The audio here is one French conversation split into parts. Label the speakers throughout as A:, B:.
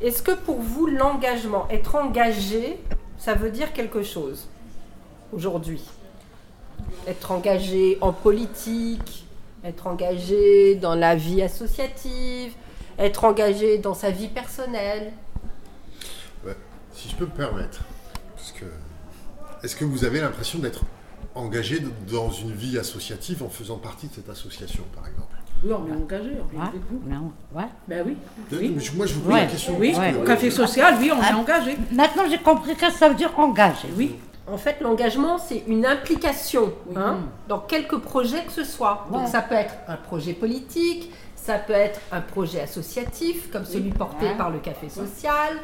A: Est-ce que pour vous, l'engagement, être engagé, ça veut dire quelque chose aujourd'hui Être engagé en politique, être engagé dans la vie associative, être engagé dans sa vie personnelle
B: Ouais, si je peux me permettre, parce que est-ce que vous avez l'impression d'être engagé dans une vie associative en faisant partie de cette association, par exemple
C: Oui, on est engagé, on est avec vous.
D: Non, ouais.
C: Ben oui.
B: Mais
C: Oui,
B: je- Moi, je vous pose
D: Ouais.
B: la question.
C: oui.
B: parce que-
C: au café social, oui,
A: Ah.
C: on est engagé.
D: Maintenant, j'ai compris qu'est-ce que ça veut dire engagé.
C: Oui.
A: En fait, l'engagement, c'est une implication hein, dans quelque projet que ce soit. Donc
D: Ouais.
A: ça peut être un projet politique, ça peut être un projet associatif, comme celui porté
D: Ouais.
A: par le Café Social,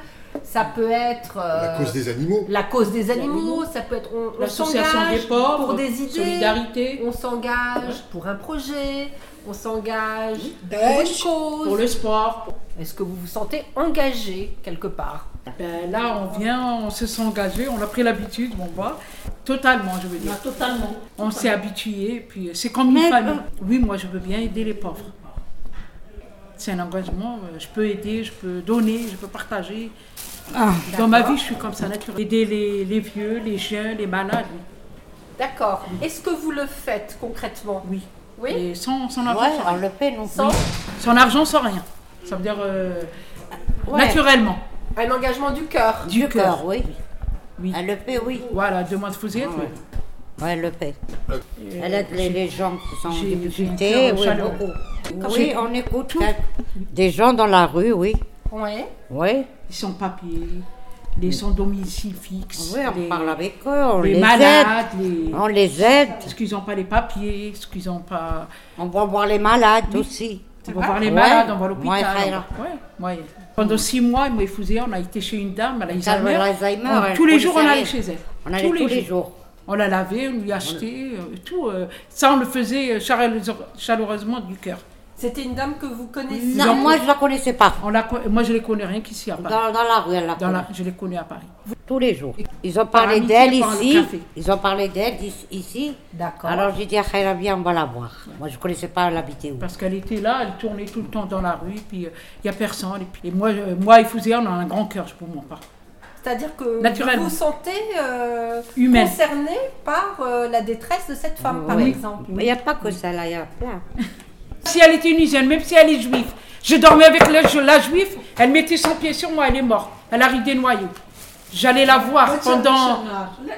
A: ça peut être euh,
B: La cause des animaux.
A: la cause des animaux,
C: animaux.
A: ça peut être on, on
C: L'association des
A: s'engage
C: pauvres,
A: pour des idées,
C: solidarité,
A: on s'engage pour un projet, on s'engage pour une
C: Daesh,
A: cause.
C: pour le sport.
A: Est-ce que vous vous sentez engagé quelque part
C: Ben là, on vient, on se sent engagé, on a pris l'habitude, on voit. Totalement, je veux dire.
A: Bah,
D: Totalement.
C: On s'est habitué, puis euh, c'est comme une
D: Mais-
C: famille.
A: euh,
C: Oui, moi, je veux bien aider les pauvres. C'est un engagement, euh, je peux aider, je peux donner, je peux partager.
A: Ah.
C: Dans ma vie, je suis comme ça, naturellement. Aider les, les vieux, les jeunes, les malades, oui.
A: D'accord. Est-ce que vous le faites concrètement
C: oui.
A: Oui.
C: Et sans, sans argent,
D: Ouais,
C: sans, rien.
D: on Ah le fait, non
A: Sans
C: Sans argent, sans rien. Ça veut dire euh,
D: Ouais.
C: naturellement.
A: un engagement du cœur
D: Du cœur, oui.
C: Oui.
D: Elle le fait, oui.
C: Voilà, demande vous y êtes, oui.
D: Ah Ouais, elle le fait. Elle aide les, les gens qui sont en
C: Euh, j'ai- j'ai un
D: difficulté,
C: cœur
D: oui,
C: chaleureux.
D: beaucoup.
A: Quand
D: Oui,
A: j'ai-
D: on écoute quelques- des gens dans la rue, oui.
A: Oui.
D: Oui,
C: Ils sont papiers, les sans domicile fixe.
D: oui on
C: les,
D: parle avec eux, on
C: les
D: les
C: malades,
D: aide.
C: les...
D: On les aide.
C: Parce qu'ils n'ont pas les papiers, parce qu'ils n'ont pas.
D: On va voir les malades aussi.
C: On va voir les
D: Ouais,
C: malades, on va à
D: ouais,
C: l'hôpital.
D: ça
C: on
D: ira.
C: va- ouais, ouais. Pendant six mois, moi et Fouzé, on a été chez une dame, elle a
D: Ça,
C: Alzheimer.
D: l'Alzheimer,
C: On-
D: elle-
C: tous
D: on
C: les
D: lui
C: jours, on allait
D: allait.
C: chez elle.
D: On allait tous les jours.
C: On l'a lavé, on lui a acheté, euh, tout. euh, ça, on le faisait euh, chaleureusement- chaleureusement du cœur.
A: C'était une dame que vous connaissez
D: Non, moi je la connaissais pas.
C: On la co- Moi, je les connais rien qu'ici à Paris.
D: Dans, dans la rue, elle l'a
C: Dans la-
D: connue.
C: Je les connais à Paris.
D: Tous les jours. Ils ont
C: Par
D: parlé
C: amitié,
D: d'elle
C: par le
D: ici.
C: café.
D: Ils ont parlé d'elle d'ici- ici.
A: D'accord.
D: Alors j'ai dit à Khaira, viens, on va la voir. Moi je connaissais pas l'habiter où.
C: Parce qu'elle était là, elle tournait tout le temps dans la rue, puis il n'y a personne. Et, puis, et moi, euh, moi et Fouzé, on a un grand cœur, je ne vous mens pas.
A: C'est-à-dire que
C: Naturellement.
A: vous vous sentez euh,
C: Humaine.
A: concerné par euh, la détresse de cette femme, par
D: Oui.
A: exemple.
D: Mais il n'y a pas que celle-là, il y a plein.
C: Si elle est tunisienne, même si elle est juive, je dormais avec la, je- la juive, elle mettait son pied sur moi, elle est morte. Elle a ri des noyaux. J'allais la voir pendant,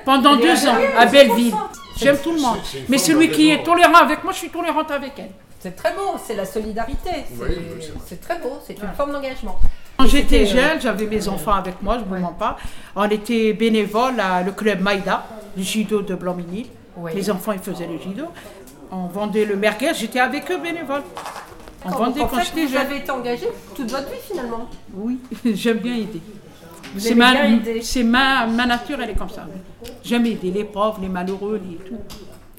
C: pendant deux ans à Belleville. J'aime tout le monde.
B: c'est une
C: Mais
B: forme
C: celui qui est
B: d'engagement.
C: tolérant avec moi, je suis tolérante avec elle.
A: C'est très beau, c'est la solidarité. c'est-
B: Oui, oui, c'est vrai.
A: C'est très beau, c'est une forme d'engagement.
C: Quand j'étais
A: c'était, euh,
C: jeune, j'avais mes enfants avec moi, je ne vous mens pas. On était bénévoles à le club Maïda, le judo de Blanc-Ménil.
A: Oui.
C: Les enfants, ils faisaient le judo. On vendait le merguez, j'étais avec eux bénévole. On
A: Quand,
C: vendait
A: en
C: quand
A: fait,
C: j'étais
A: vous
C: jeune.
A: avez été engagé toute votre vie finalement.
C: Oui, j'aime bien aider. C'est
A: aimez
C: ma,
A: bien aider.
C: c'est ma, ma nature, elle est comme ça. J'aime aider les pauvres, les malheureux, les tout.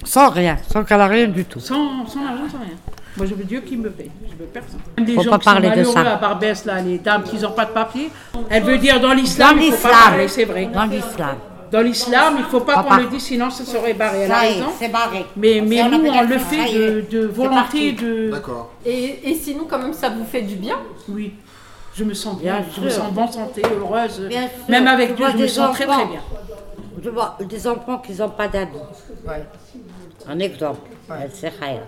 D: Sans rien, sans qu'elle a rien du tout.
C: Sans, sans argent, sans rien. Moi, je veux Dieu qui me paye. Je veux personne. Les
D: Faut
C: gens
D: pas
C: qui sont
D: parler de
C: malheureux
D: ça.
C: à Barbès, là, les dames qui n'ont pas de papier, elle veut dire dans l'islam,
D: Dans
C: il ne faut pas
D: l'islam.
C: parler, c'est vrai.
D: Dans l'islam.
C: Dans l'islam, il ne faut pas
D: Papa.
C: qu'on le dise, sinon ça serait barré. Elle a
D: Ça y est,
C: raison.
D: c'est barré.
C: Mais, mais
D: Ça, a
C: nous,
D: fait
C: on le
D: d'accord. Ça
C: fait
D: y est,
C: de, de
D: c'est
C: volonté,
D: parti.
C: de...
B: D'accord.
A: Et, et sinon, quand même, ça vous fait du bien.
C: Oui, je me sens bien,
D: Bien
C: je me
D: sûr.
C: sens en bonne santé, heureuse.
D: Bien sûr.
C: Même
D: Tu
C: avec Dieu,
D: vois
C: je me
D: des
C: sens très très
D: enfants.
C: bien.
D: Je vois des enfants qui n'ont pas d'habits. Un exemple, elle sait Khaira.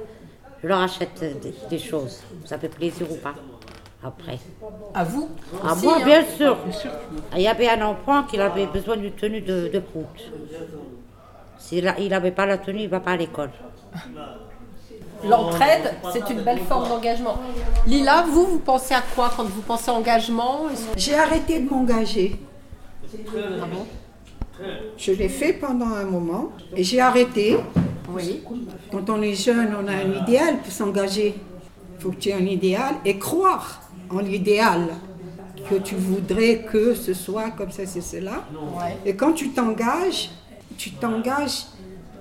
D: Je leur achète des, des choses. Ça fait plaisir ou pas Après.
A: À vous
D: Ah
A: aussi,
D: moi,
A: hein.
D: bien sûr. Il y avait un enfant qui avait besoin d'une tenue de, de prout. S'il a- il n'avait pas la tenue, il ne va pas à l'école.
A: L'entraide, c'est une belle forme d'engagement. Lila, vous, vous pensez à quoi quand vous pensez engagement Est-ce que-
E: J'ai arrêté de m'engager. Je l'ai fait pendant un moment et j'ai arrêté.
A: Oui.
E: Quand on est jeune, on a un idéal pour s'engager. Il faut que tu aies un idéal et croire en l'idéal que tu voudrais que ce soit comme ça, c'est cela. Et quand tu t'engages, tu t'engages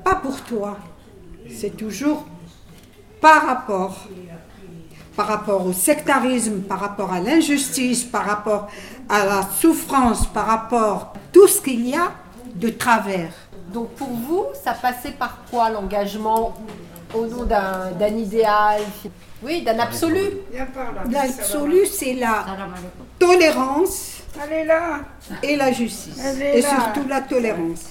E: pas pour toi, c'est toujours par rapport par rapport au sectarisme, par rapport à l'injustice, par rapport à la souffrance, par rapport à tout ce qu'il y a de travers.
A: Donc pour vous, ça passait par quoi l'engagement au nom d'un d'un idéal Oui, d'un absolu.
E: L'absolu, c'est la, tolérance
F: Elle est là.
E: et la justice.
F: Elle est
E: Et
F: là.
E: surtout la tolérance.